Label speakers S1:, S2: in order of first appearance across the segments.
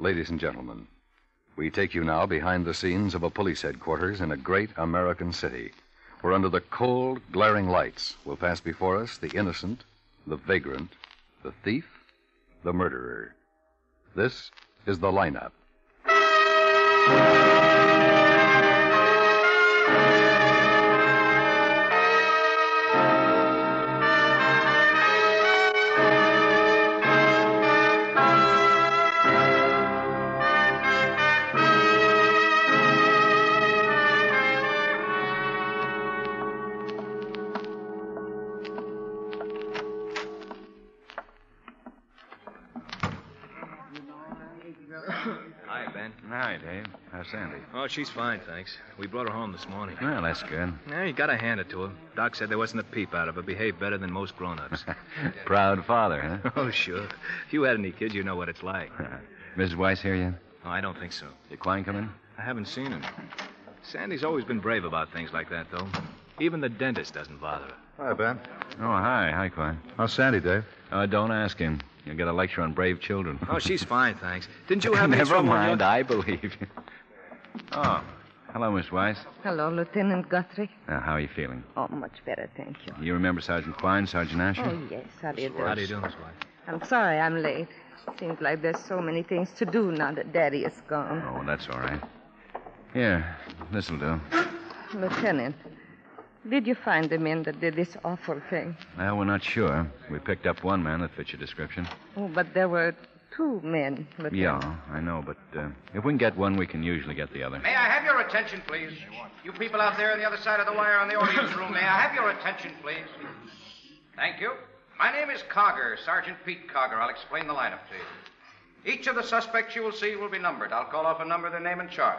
S1: Ladies and gentlemen, we take you now behind the scenes of a police headquarters in a great American city, where under the cold, glaring lights will pass before us the innocent, the vagrant, the thief, the murderer. This is the lineup.
S2: Hi, Ben.
S3: Hi, Dave. How's Sandy?
S2: Oh, she's fine, thanks. We brought her home this morning.
S3: Well, that's good.
S2: Yeah, you gotta hand it to her. Doc said there wasn't a peep out of her. Behaved better than most grown-ups.
S3: Proud father, huh?
S2: oh, sure. If you had any kids, you know what it's like.
S3: Mrs. Weiss here yet?
S2: Oh, I don't think so.
S3: Your client come in?
S2: I haven't seen him. Sandy's always been brave about things like that, though. Even the dentist doesn't bother her.
S4: Hi, Ben.
S3: Oh, hi. Hi, Klein.
S4: How's Sandy, Dave?
S3: Uh, don't ask him. You'll get a lecture on brave children.
S2: Oh, she's fine, thanks. Didn't you have any
S3: Never
S2: trouble on
S3: mind.
S2: your-
S3: I believe you. Oh, hello, Miss Weiss.
S5: Hello, Lieutenant Guthrie.
S3: Now, Uh, how are you feeling?
S5: Oh, much better, thank you.
S3: You remember Sergeant Klein, Sergeant Asher?
S5: Oh, yes, how do you do?
S2: How do you do, Miss White?
S5: I'm sorry I'm late. Seems like there's so many things to do now that Daddy is gone.
S3: Oh, that's all right. Here, this'll do.
S5: Lieutenant, did you find the men that did this awful thing?
S3: Well, we're not sure. We picked up one man that fits your description.
S5: Oh, but there were two men, Lieutenant.
S3: Yeah, I know, but uh, if we can get one, we can usually get the other.
S6: May I have your attention, please? You people out there on the other side of the wire in the audience room, may I have your attention, please? Thank you. My name is Cogger, Sergeant Pete Cogger. I'll explain the lineup to you. Each of the suspects you will see will be numbered. I'll call off a number, their name, and charge.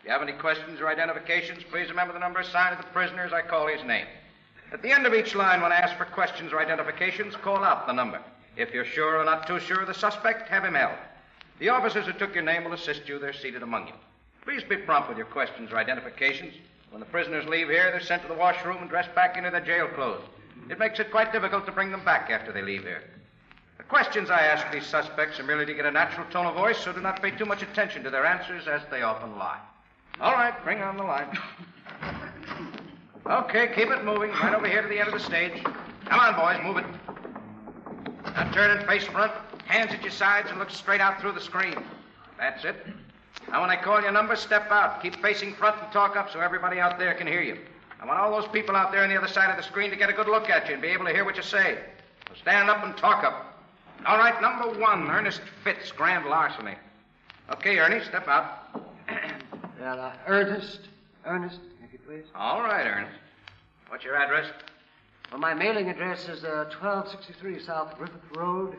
S6: If you have any questions or identifications, please remember the number assigned to the prisoner as I call his name. At the end of each line, when I ask for questions or identifications, call out the number. If you're sure or not too sure of the suspect, have him held. The officers who took your name will assist you. They're seated among you. Please be prompt with your questions or identifications. When the prisoners leave here, they're sent to the washroom and dressed back into their jail clothes. It makes it quite difficult to bring them back after they leave here. The questions I ask these suspects are merely to get a natural tone of voice, so do not pay too much attention to their answers as they often lie. All right, bring on the line. Okay, keep it moving. Right over here to the end of the stage. Come on, boys, move it. Now turn and face front, hands at your sides, and look straight out through the screen. That's it. Now, when I call your number, step out. Keep facing front and talk up so everybody out there can hear you. I want all those people out there on the other side of the screen to get a good look at you and be able to hear what you say. So stand up and talk up. All right, number one, Ernest Fitz, grand larceny. Okay, Ernie, step out.
S7: Well, uh, Ernest, Ernest, if you please.
S6: All right, Ernest. What's your address?
S7: Well, my mailing address is uh, 1263 South Griffith Road,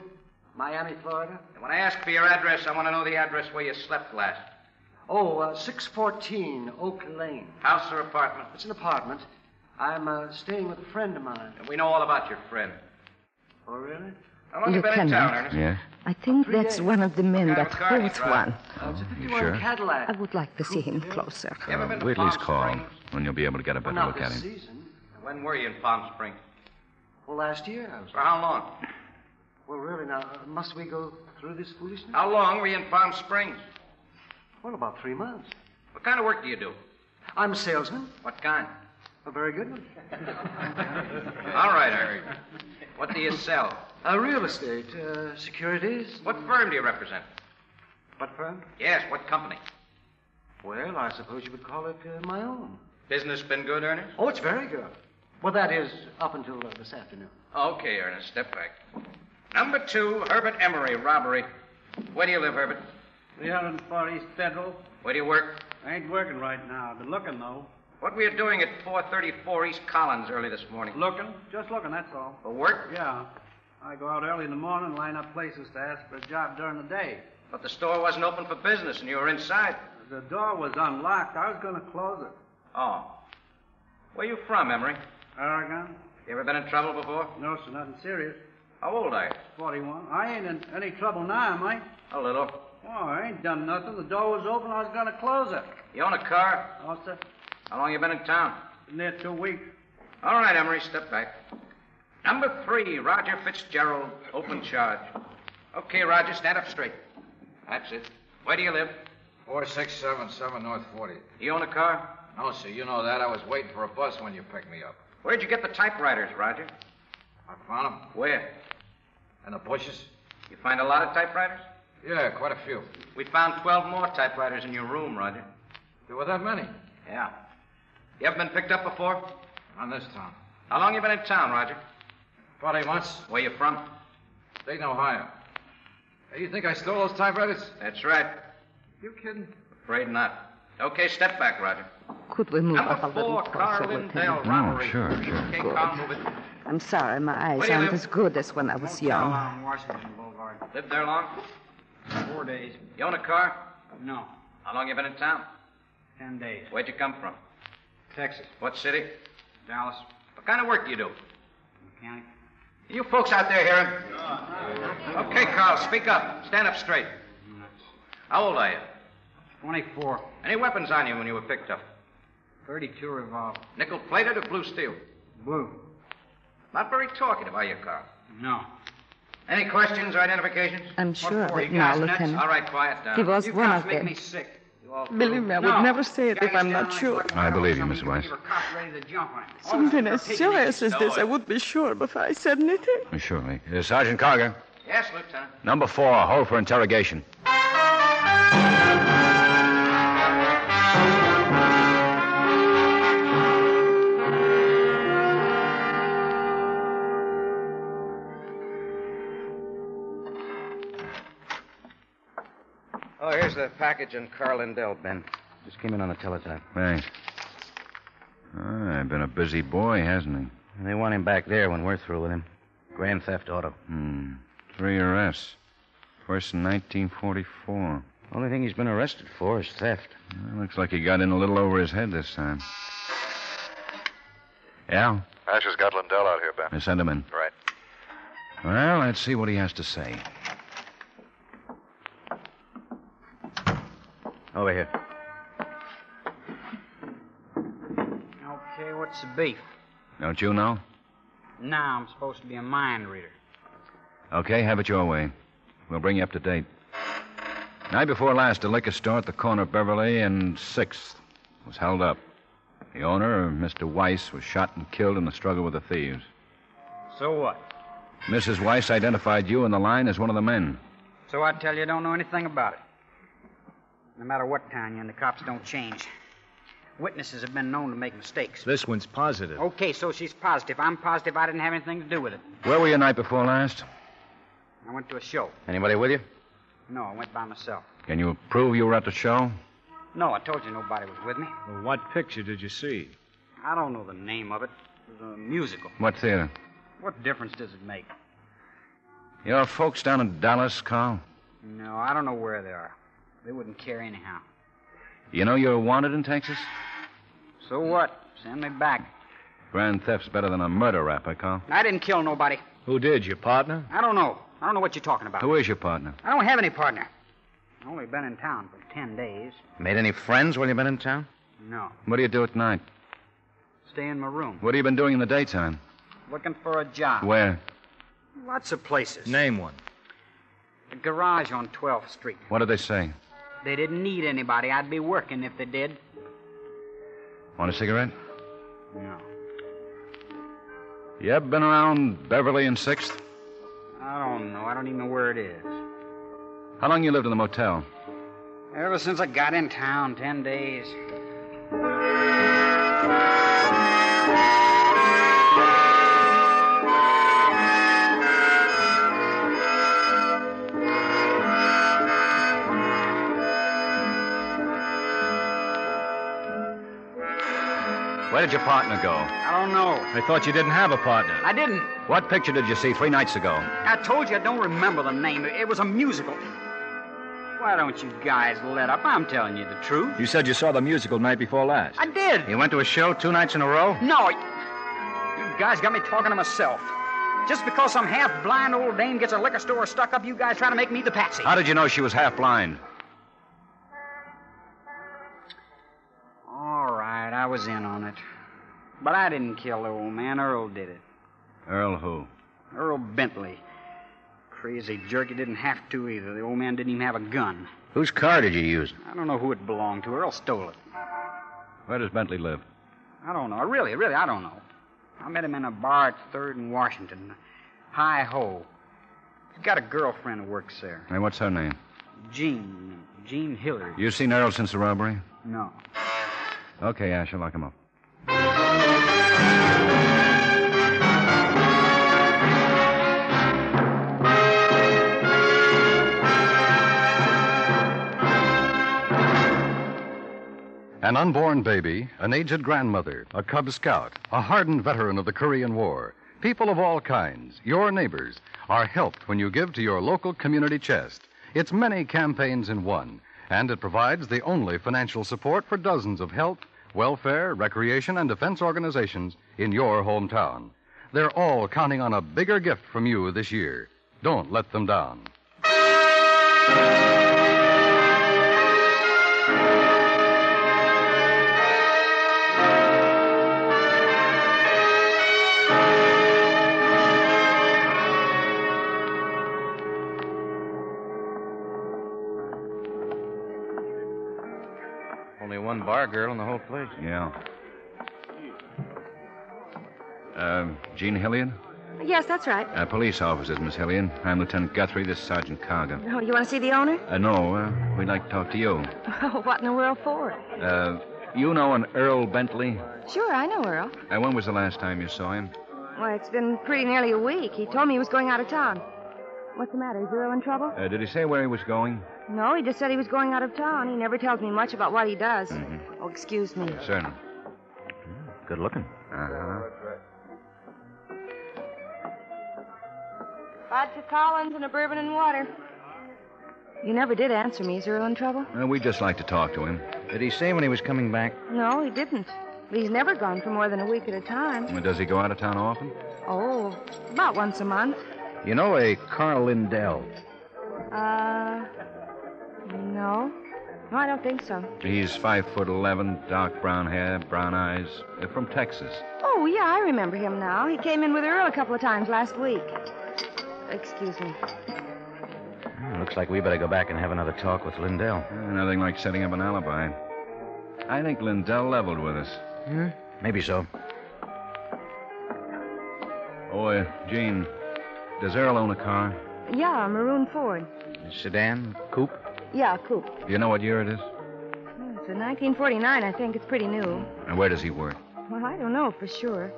S7: Miami, Florida.
S6: And when I ask for your address, I want to know the address where you slept last.
S7: Oh, uh, 614 Oak Lane.
S6: House or apartment?
S7: It's an apartment. I'm uh, staying with a friend of mine.
S6: And we know all about your friend.
S7: Oh, really?
S6: How long you been in
S5: Lieutenant.
S6: town, Ernest?
S3: Yeah?
S5: I think that's one of the men,
S6: Guy
S5: that
S6: with Garney
S5: holds
S6: Drive.
S5: one.
S7: Uh, it's a 51
S3: Oh, sure?
S7: Cadillac.
S5: I would like to see him closer.
S6: You ever
S1: Uh,
S6: been to
S3: Wait till
S6: Palm
S3: he's called,
S6: Springs?
S3: and you'll be able to get a
S7: Well,
S3: better
S7: not
S3: look at
S7: this
S3: him.
S7: season.
S6: When were you in Palm Springs?
S7: Well, last year I was.
S6: For how long?
S7: Well, really, now, uh, must we go through this foolishness?
S6: How long were you in Palm Springs?
S7: Well, about three months.
S6: What kind of work do you do?
S7: I'm a salesman,
S6: What kind?
S7: a very good one.
S6: All right, Eric. What do you sell?
S7: Uh, real estate, uh, securities.
S6: What firm do you represent?
S7: What firm?
S6: Yes, what company?
S7: Well, I suppose you would call it uh, my own.
S6: Business been good, Ernest?
S7: Oh, it's very good. Well, that is up until uh, this afternoon.
S6: Okay, Ernest, step back. Number two, Herbert Emery, robbery. Where do you live, Herbert?
S8: Three hundred and four East Federal.
S6: Where do you work?
S8: I ain't working right now. I've been looking though.
S6: What were you doing at 434 East Collins early this morning?
S8: Looking? Just looking, that's all.
S6: For work?
S8: Yeah. I go out early in the morning, line up places to ask for a job during the day.
S6: But the store wasn't open for business and you were inside.
S8: The door was unlocked. I was gonna close it.
S6: Oh. Where you from, Emery?
S8: Oregon?
S6: You ever been in trouble before?
S8: No, sir, nothing serious.
S6: How old are you?
S8: Forty one. I ain't in any trouble now, am I?
S6: A little.
S8: Oh, I ain't done nothing. The door was open, I was gonna close it.
S6: You own a car?
S8: Oh, sir.
S6: How long you been in town?
S8: Been there two weeks.
S6: All right, Emery, step back. Number three, Roger Fitzgerald, open charge. Okay, Roger, stand up straight. That's it. Where do you live?
S9: 4677 North 40.
S6: You own a car?
S9: No, sir, you know that. I was waiting for a bus when you picked me up.
S6: Where'd you get the typewriters, Roger?
S9: I found 'em
S6: Where?
S9: in the bushes.
S6: You find a lot of typewriters?
S9: Yeah, quite a few.
S6: We found 12 more typewriters in your room, Roger.
S9: There were that many
S6: Yeah. You ever been picked up before?
S9: on this town.
S6: How long you been in town, Roger?
S9: About eight months.
S6: Where you from?
S9: Dayton, Ohio. Hey, you think I stole those typewriters?
S6: That's right.
S9: You kidding?
S6: Afraid not. Okay, step back, Roger.
S10: Could we move up a
S6: Number
S10: little
S6: four, Clara
S10: closer with
S6: Lindell,
S10: him?
S6: robbery.
S11: Oh, sure, sure.
S6: Okay,
S10: Good.
S6: Con, move it.
S10: I'm sorry, my
S6: Where
S10: eyes
S6: do you
S10: aren't
S6: live?
S10: as good as when I was
S7: Hotel
S10: young.
S7: on Washington Boulevard.
S6: Lived there long?
S7: Four days.
S6: You own a car?
S7: No,
S6: How long you been in town?
S7: ten days.
S6: Where'd you come from?
S7: Texas,
S6: What city?
S7: Dallas,
S6: What kind of work do you do?
S7: mechanic.
S6: You folks out there hear him? Okay, Carl, speak up. Stand up straight. How old are you?
S7: 24,
S6: Any weapons on you when you were picked up?
S7: 32 revolver.
S6: Nickel plated or blue steel?
S7: Blue.
S6: Not very talkative, are you, Carl?
S7: No.
S6: Any questions or identifications?
S10: I'm sure of
S7: for?
S10: it
S7: You
S10: now,
S7: guys nuts?
S10: Lieutenant.
S6: All right, quiet down.
S10: He was
S7: You
S10: one
S7: cops
S10: of
S7: make
S10: them.
S7: me sick. You all
S10: Believe me, I would
S7: No.
S10: never say it if
S7: Guys
S10: I'm
S7: down
S10: not
S7: like
S10: sure.
S7: fucking
S1: I believe you,
S7: some
S1: Miss
S7: idiot
S1: Weiss.
S7: with a cop ready to jump on it.
S10: Something as serious as this,
S6: it.
S10: I would be sure before I said anything.
S1: Surely. Uh, Sergeant Carger,
S6: Yes, Lieutenant.
S1: number four, hold for interrogation.
S6: Oh, here's the package in Carl Lindell, Ben. Just came in on the teletype.
S1: Thanks. Ah, been a busy boy, hasn't he?
S6: And they want him back there when we're through with him. Grand theft auto.
S1: Hmm. Three arrests. First in 1944.
S6: Only thing he's been arrested for is theft.
S1: Well, looks like he got in a little over his head this time. Yeah,
S12: Asher's got Lindell out here, Ben.
S1: I send him in.
S12: Right.
S1: Well, let's see what he has to say.
S6: Over here.
S7: Okay, what's the beef?
S1: Don't you know?
S7: Now I'm supposed to be a mind reader.
S1: Okay, have it your way. We'll bring you up to date. Night before last, a liquor store at the corner of Beverly and 6th was held up. The owner, Mr. Weiss, was shot and killed in a struggle with the thieves.
S7: So what?
S1: Mrs. Weiss identified you in the line as one of the men.
S7: So I tell you, I don't know anything about it. No matter what town you're in, the cops don't change. Witnesses have been known to make mistakes.
S3: This one's positive.
S7: Okay, so she's positive. I'm positive I didn't have anything to do with it.
S1: Where were you night before last?
S7: I went to a show.
S1: Anybody with you?
S7: No, I went by myself.
S1: Can you prove you were at the show?
S7: No, I told you nobody was with me.
S3: Well, what picture did you see?
S7: I don't know the name of it. It was a musical.
S1: What theater?
S7: What difference does it make?
S1: Your folks down in Dallas, Carl?
S7: No, I don't know where they are. They wouldn't care anyhow.
S1: You know you're wanted in Texas?
S7: So what? Send me back.
S1: Grand theft's better than a murder rap, eh, Carl?
S7: I didn't kill nobody.
S3: Who did, your partner?
S7: I don't know. I don't know what you're talking about.
S1: Who is your partner?
S7: I don't have any partner. I've only been in town for ten days.
S6: Made any friends while you been in town?
S7: No.
S1: What do you do at night?
S7: Stay in my room.
S1: What have you been doing in the daytime?
S7: Looking for a job.
S1: Where?
S7: Lots of places.
S3: Name one.
S7: A garage on 12th Street.
S1: What did they say?
S7: They didn't need anybody. I'd be working if they did.
S1: Want a cigarette?
S7: No.
S1: You ever been around Beverly and 6th?
S7: I don't know. I don't even know where it is.
S1: How long you lived in the motel?
S7: Ever since I got in town, ten days.
S1: Where did your partner go?
S7: I don't know.
S3: I thought you didn't have a partner.
S7: I didn't.
S1: What picture did you see three nights ago?
S7: I told you I don't remember the name. It was a musical. Why don't you guys let up? I'm telling you the truth.
S3: You said you saw the musical night before last.
S7: I did.
S1: You went to a show two nights in a row?
S7: No, you guys got me talking to myself. Just because some half blind old dame gets a liquor store stuck up, you guys try to make me the patsy.
S1: How did you know she was half blind?
S7: All right, I was in on it. But I didn't kill the old man. Earl did it.
S1: Earl who?
S7: Earl Bentley.
S6: Crazy jerk, he didn't have to either. The old man didn't even have a gun.
S13: Whose car did you use?
S6: I don't know who it belonged to. Earl stole it.
S3: Where does Bentley live?
S6: I don't know. Really, really, I don't know. I met him in a bar at 3rd and Washington. Hi Ho. He's got a girlfriend who works there.
S3: Hey, what's her name?
S6: Jean. Jean Hillard.
S3: You seen Earl since the robbery?
S6: No.
S3: Okay, Asher, lock him up.
S1: An unborn baby, an aged grandmother, a Cub Scout, a hardened veteran of the Korean War, people of all kinds, your neighbors, are helped when you give to your local community chest. It's many campaigns in one, and it provides the only financial support for dozens of health, welfare, recreation, and defense organizations in your hometown. They're all counting on a bigger gift from you this year. Don't let them down.
S14: Only one bar girl in the whole place.
S3: Yeah. Uh, Jean Hilliard?
S10: Yes, that's right.
S3: Uh, police officers, Miss Hilliard. I'm Lieutenant Guthrie. This is Sergeant Carger.
S10: Oh, you want to see the owner?
S3: Uh, no, uh, we'd like to talk to you.
S10: Oh, what in the world for?
S3: Uh, you know an Earl Bentley?
S10: Sure, I know Earl.
S3: Uh, when was the last time you saw him?
S10: Well, it's been pretty nearly a week. He told me he was going out of town. What's the matter? Is Earl in trouble?
S3: Uh, did he say where he was going?
S10: No, he just said he was going out of town. He never tells me much about what he does.
S3: Mm-hmm.
S10: Oh, excuse me.
S3: Certainly.
S13: Good looking.
S3: Uh-huh.
S15: Vodka Collins and a bourbon and water.
S10: You never did answer me. Is Earl in trouble?
S3: Uh, we'd just like to talk to him.
S13: Did he say when he was coming back?
S10: No, he didn't. But he's never gone for more than a week at a time.
S3: Well, Does he go out of town often?
S10: Oh, about once a month.
S13: You know a Carl Lindell.
S10: Uh, no. No, I don't think so.
S3: He's five foot eleven, dark brown hair, brown eyes, uh, from Texas.
S10: Oh, yeah, I remember him now. He came in with Earl a couple of times last week. Excuse me.
S13: Hmm, Looks like we better go back and have another talk with Lindell.
S3: Uh, nothing like setting up an alibi. I think Lindell leveled with us.
S13: Hmm? Maybe so.
S3: Oh, uh, Gene, does Earl own a car?
S10: Yeah, a maroon Ford.
S13: Sedan, coupe.
S10: Yeah, a coupe.
S3: Do you know what year it is?
S10: Hmm, It's a 1949, I think. It's pretty new.
S3: And where does he work?
S10: Well, I don't know for sure.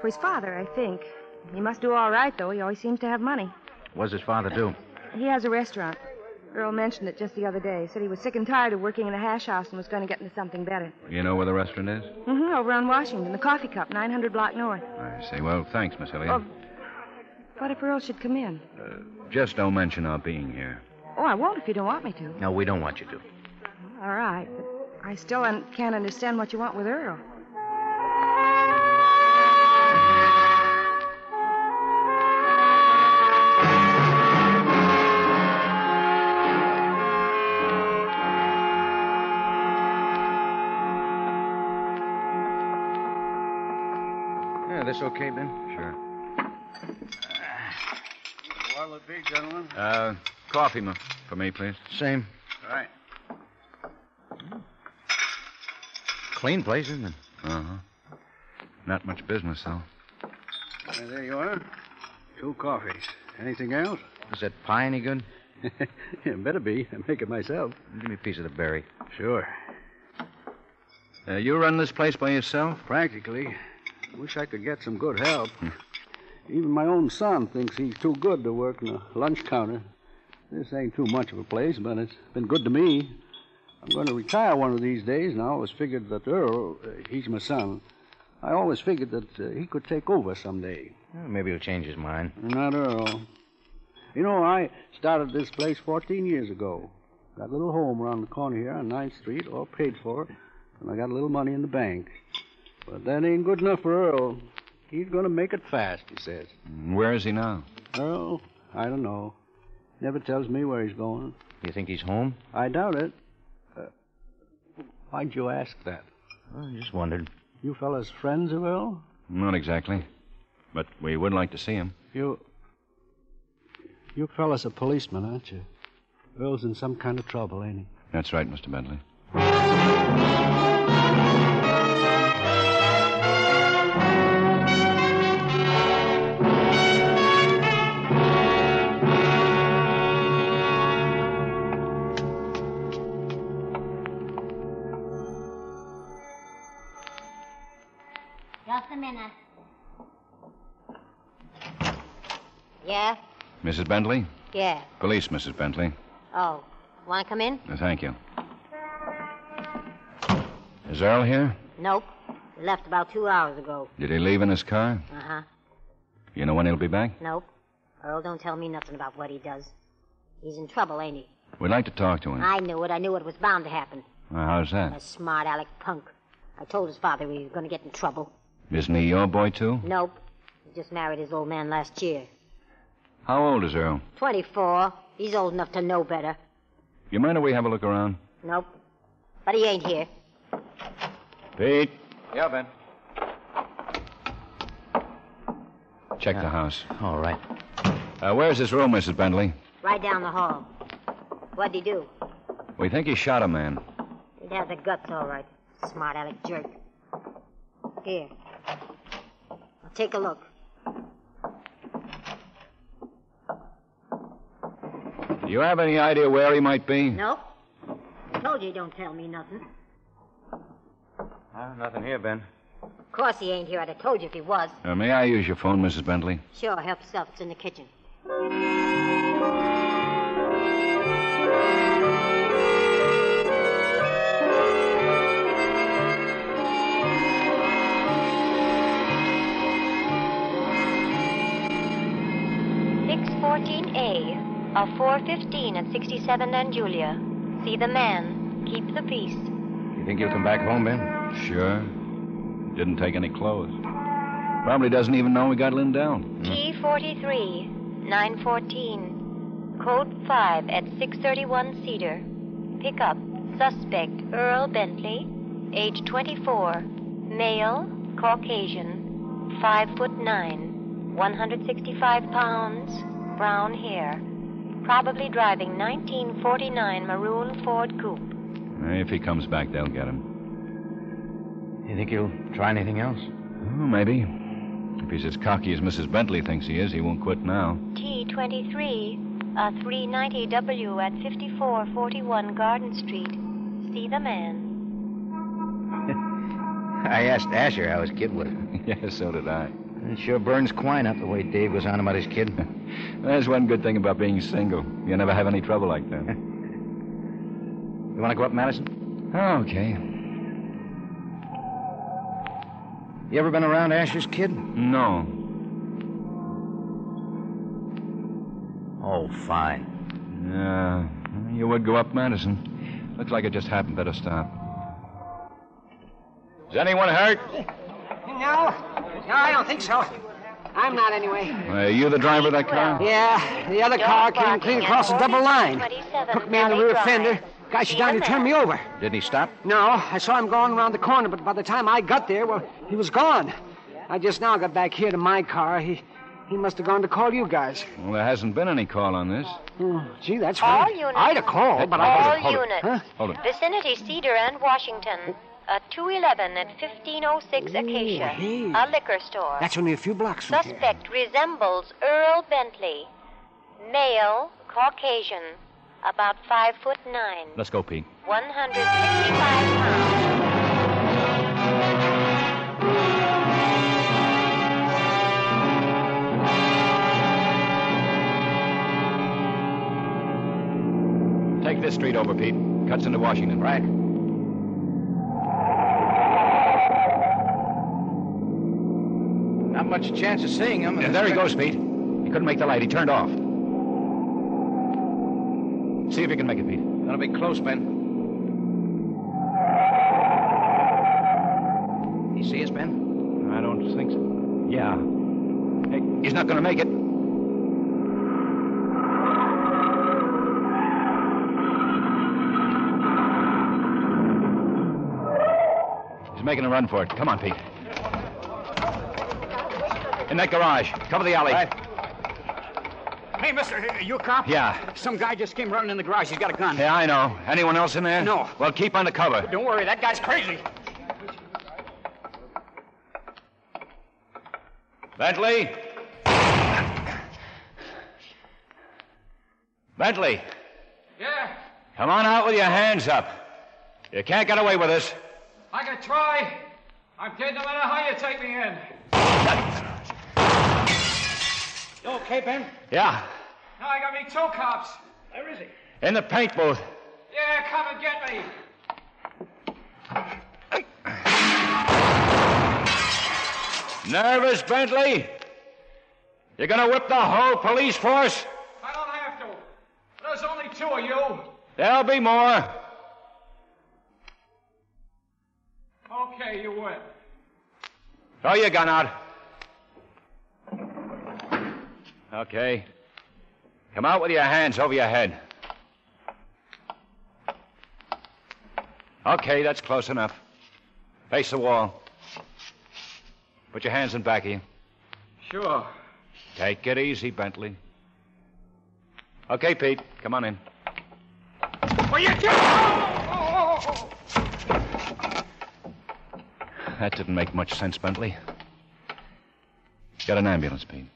S10: For his father, I think. He must do all right, though. He always seems to have money.
S13: What does his father do?
S10: He has a restaurant. Earl mentioned it just the other day. Said he was sick and tired of working in a hash house and was going to get into something better.
S3: You know where the restaurant is?
S10: Mm-hmm, over on Washington, the coffee cup, 900 block north.
S3: I see. Well, Oh, thanks, Miss Hilliard.
S10: What if Earl should come in?
S3: Just don't mention our being here.
S10: Oh, I won't if you don't want me to.
S13: No, we don't want you to.
S10: All right. But I still un- can't understand what you want with Earl.
S14: Yeah, this okay, Ben?
S3: Sure.
S7: What'll it be, gentlemen?
S3: Uh, coffee ma- for me, please.
S13: Same.
S7: All right.
S13: Clean place, isn't it?
S3: Uh huh. Not much business, though.
S7: Well, there you are. Two coffees. Anything else?
S13: Is that pie any good?
S7: it better be. I make it myself.
S13: Give me a piece of the berry.
S7: Sure.
S3: Uh, you run this place by yourself?
S7: Practically. Wish I could get some good help. Even my own son thinks he's too good to work in a lunch counter. This ain't too much of a place, but it's been good to me. I'm going to retire one of these days, and I always figured that Earl, uh, he's my son, I always figured that uh, he could take over someday.
S13: Well, maybe he'll change his mind.
S7: Not Earl. You know, I started this place 14 years ago. Got a little home around the corner here on 9th Street, all paid for, and I got a little money in the bank. But that ain't good enough for Earl. He's going to make it fast, he says.
S3: Where is he now?
S7: Earl, I don't know. Never tells me where he's going.
S13: You think he's home?
S7: I doubt it. Uh, why'd you ask that?
S13: I just wondered.
S7: You fellas friends of Earl?
S3: Not exactly. But we would like to see him.
S7: You.
S16: You fella's a policeman, aren't you? Earl's in some kind of trouble, ain't he?
S3: That's right, Mr. Bentley.
S17: Just a minute. Yeah?
S3: Mrs. Bentley?
S17: Yeah.
S3: Police, Mrs. Bentley.
S17: Oh. Want to come in?
S3: Uh, Thank you. Is Earl here?
S17: Nope. Left about two hours ago.
S3: Did he leave in his car?
S17: Uh huh.
S3: You know when he'll be back?
S17: Nope. Earl, don't tell me nothing about what he does. He's in trouble, ain't he?
S3: We'd like to talk to him.
S17: I knew it. I knew it was bound to happen.
S3: Well, how's
S17: A
S3: that?
S17: smart aleck punk. I told his father he was going to get in trouble.
S3: Isn't he your boy, too?
S17: Nope. He just married his old man last year.
S3: How old is Earl?
S17: 24. He's old enough to know better.
S3: You mind if we have a look around?
S17: Nope. But he ain't here.
S3: Pete,
S6: Yeah, Ben.
S3: check the house.
S1: All right.
S3: Uh, where's his room, Mrs. Bentley?
S17: Right down the hall. What'd he do?
S3: We think he shot a man.
S17: He'd have the guts, all right. Smart aleck jerk. Here. Now take a look.
S3: Do you have any idea where he might be?
S17: Nope. Told you don't tell me nothing.
S3: Ah,
S6: Uh, nothing here, Ben.
S17: Of course he ain't here. I'd have told you if he was.
S3: Uh, may I use your phone, Mrs. Bentley?
S17: Sure, help yourself. It's in the kitchen.
S18: Six fourteen A of four fifteen at sixty seven and Julia. See the man. Keep the peace.
S1: You think he'll come back home, Ben?
S3: Sure. Didn't take any clothes. Probably doesn't even know we got Lindell.
S18: T forty three nine fourteen. Code five at six thirty one Cedar. Pick up suspect Earl Bentley, age twenty four, male, Caucasian, five foot nine, one hundred sixty five pounds, brown hair. Probably driving 1949 maroon Ford coupe.
S3: Eh, If he comes back, they'll get him.
S1: You think he'll try anything else?
S3: Oh, maybe. If he's as cocky as Mrs. Bentley thinks he is, he won't quit now.
S18: T23, uh, 390W at 5441 Garden Street. See the man.
S1: I asked Asher how his kid was.
S3: yeah, so did I.
S1: It sure burns quine up the way Dave was on about his kid.
S3: There's one good thing about being single. You never have any trouble like that.
S1: You want to go up, Madison?
S3: Oh, okay.
S1: You ever been around Asher's kid?
S3: No.
S1: Oh, fine.
S3: Yeah. You would go up Madison. Looks like it just happened. Better stop. Is anyone hurt?
S7: No, no, I don't think so. I'm not anyway.
S3: Are you the driver of that car?
S7: Yeah, the other car came clean across the double line. Hooked me on the rear fender. Guy should down to turn me over.
S1: Didn't he stop?
S7: No, I saw him going around the corner, but by the time I got there, well, he was gone. I just now got back here to my car. He, he must have gone to call you guys.
S3: Well, there hasn't been any call on this.
S7: Oh, gee, that's
S18: All
S7: right.
S18: units.
S7: I'd have called, but I
S18: All
S7: wasn't.
S18: units.
S7: Huh?
S3: Hold it.
S18: Vicinity Cedar and Washington. Uh, 211 at 1506 Acacia. A liquor store.
S7: That's only a few blocks from here.
S18: Suspect resembles Earl Bentley. Male, Caucasian. About 5 foot 9.
S1: Let's go, Pete.
S18: 165 pounds.
S3: Take this street over, Pete. Cuts into Washington. Right.
S6: Not much chance of seeing him.
S3: there he goes, Pete. He couldn't make the light. He turned off. See if you can make it, Pete.
S6: Gonna be close, Ben. You see us, Ben?
S3: I don't think so. Yeah. Hey, he's not going to make it. He's making a run for it. Come on, Pete. In that garage. Cover the alley.
S19: Hey, mister, uh, you a cop?
S3: Yeah.
S19: Some guy just came running in the garage. He's got a gun.
S3: Yeah, I know. Anyone else in there?
S19: No.
S3: Well, keep under cover.
S19: Don't worry, that guy's crazy.
S3: Bentley? Bentley,
S4: Yeah,
S3: come on out with your hands up. You can't get away with this.
S4: I can try. I'm dead no matter how you take me in.
S20: You okay, Ben?
S3: Yeah,
S4: Now I got me two cops. Where is he?
S3: in the paint booth.
S4: Yeah, come and get me.
S3: Nervous, Bentley? You're gonna whip the whole police force?
S4: I don't have to. There's only two of you.
S3: There'll be more.
S4: Okay, you win.
S3: Throw your gun out. Okay. Come out with your hands over your head. Okay, that's close enough. Face the wall. Put your hands in back of you.
S4: Sure.
S3: Take it easy, Bentley. Okay, Pete, come on in.
S4: Well, you just. Oh, oh, oh,
S3: That didn't make much sense, Bentley. Got an ambulance, Pete.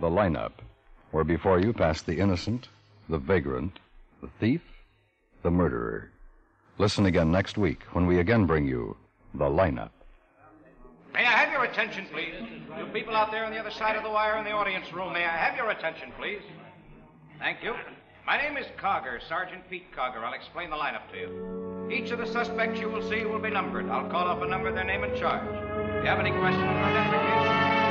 S1: The lineup, where before you passed the innocent, the vagrant, the thief, the murderer. Listen again next week when we again bring you the lineup.
S6: May I have your attention, please? You people out there on the other side of the wire in the audience room, may I have your attention, please? Thank you. My name is Cogger, Sergeant Pete Cogger. I'll explain the lineup to you. Each of the suspects you will see will be numbered. I'll call up a number, their name, and charge. If you have any questions or identification,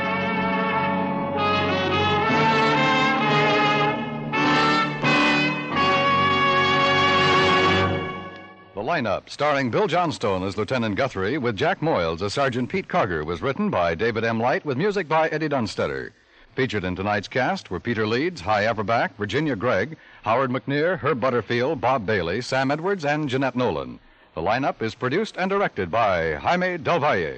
S1: The lineup, starring Bill Johnstone as Lieutenant Guthrie with Jack Moyles as Sergeant Pete Carger, was written by David M. Light with music by Eddie Dunstetter. Featured in tonight's cast were Peter Leeds, High Everback, Virginia Gregg, Howard McNear, Herb Butterfield, Bob Bailey, Sam Edwards, and Jeanette Nolan. The lineup is produced and directed by Jaime Del Valle.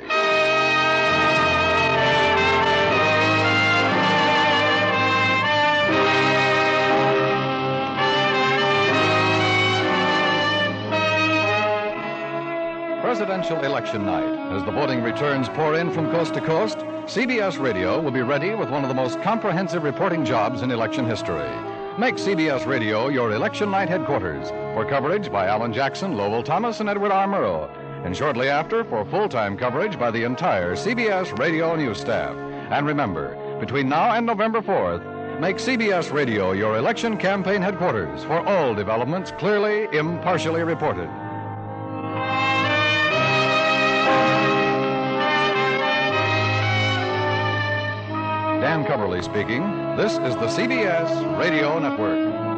S1: Presidential election night. As the voting returns pour in from coast to coast, CBS Radio will be ready with one of the most comprehensive reporting jobs in election history. Make CBS Radio your election night headquarters for coverage by Alan Jackson, Lowell Thomas, and Edward R. Murrow. And shortly after, for full time coverage by the entire CBS Radio news staff. And remember, between now and November 4th, make CBS Radio your election campaign headquarters for all developments clearly, impartially reported. Dan Coverly speaking. This is the CBS Radio Network.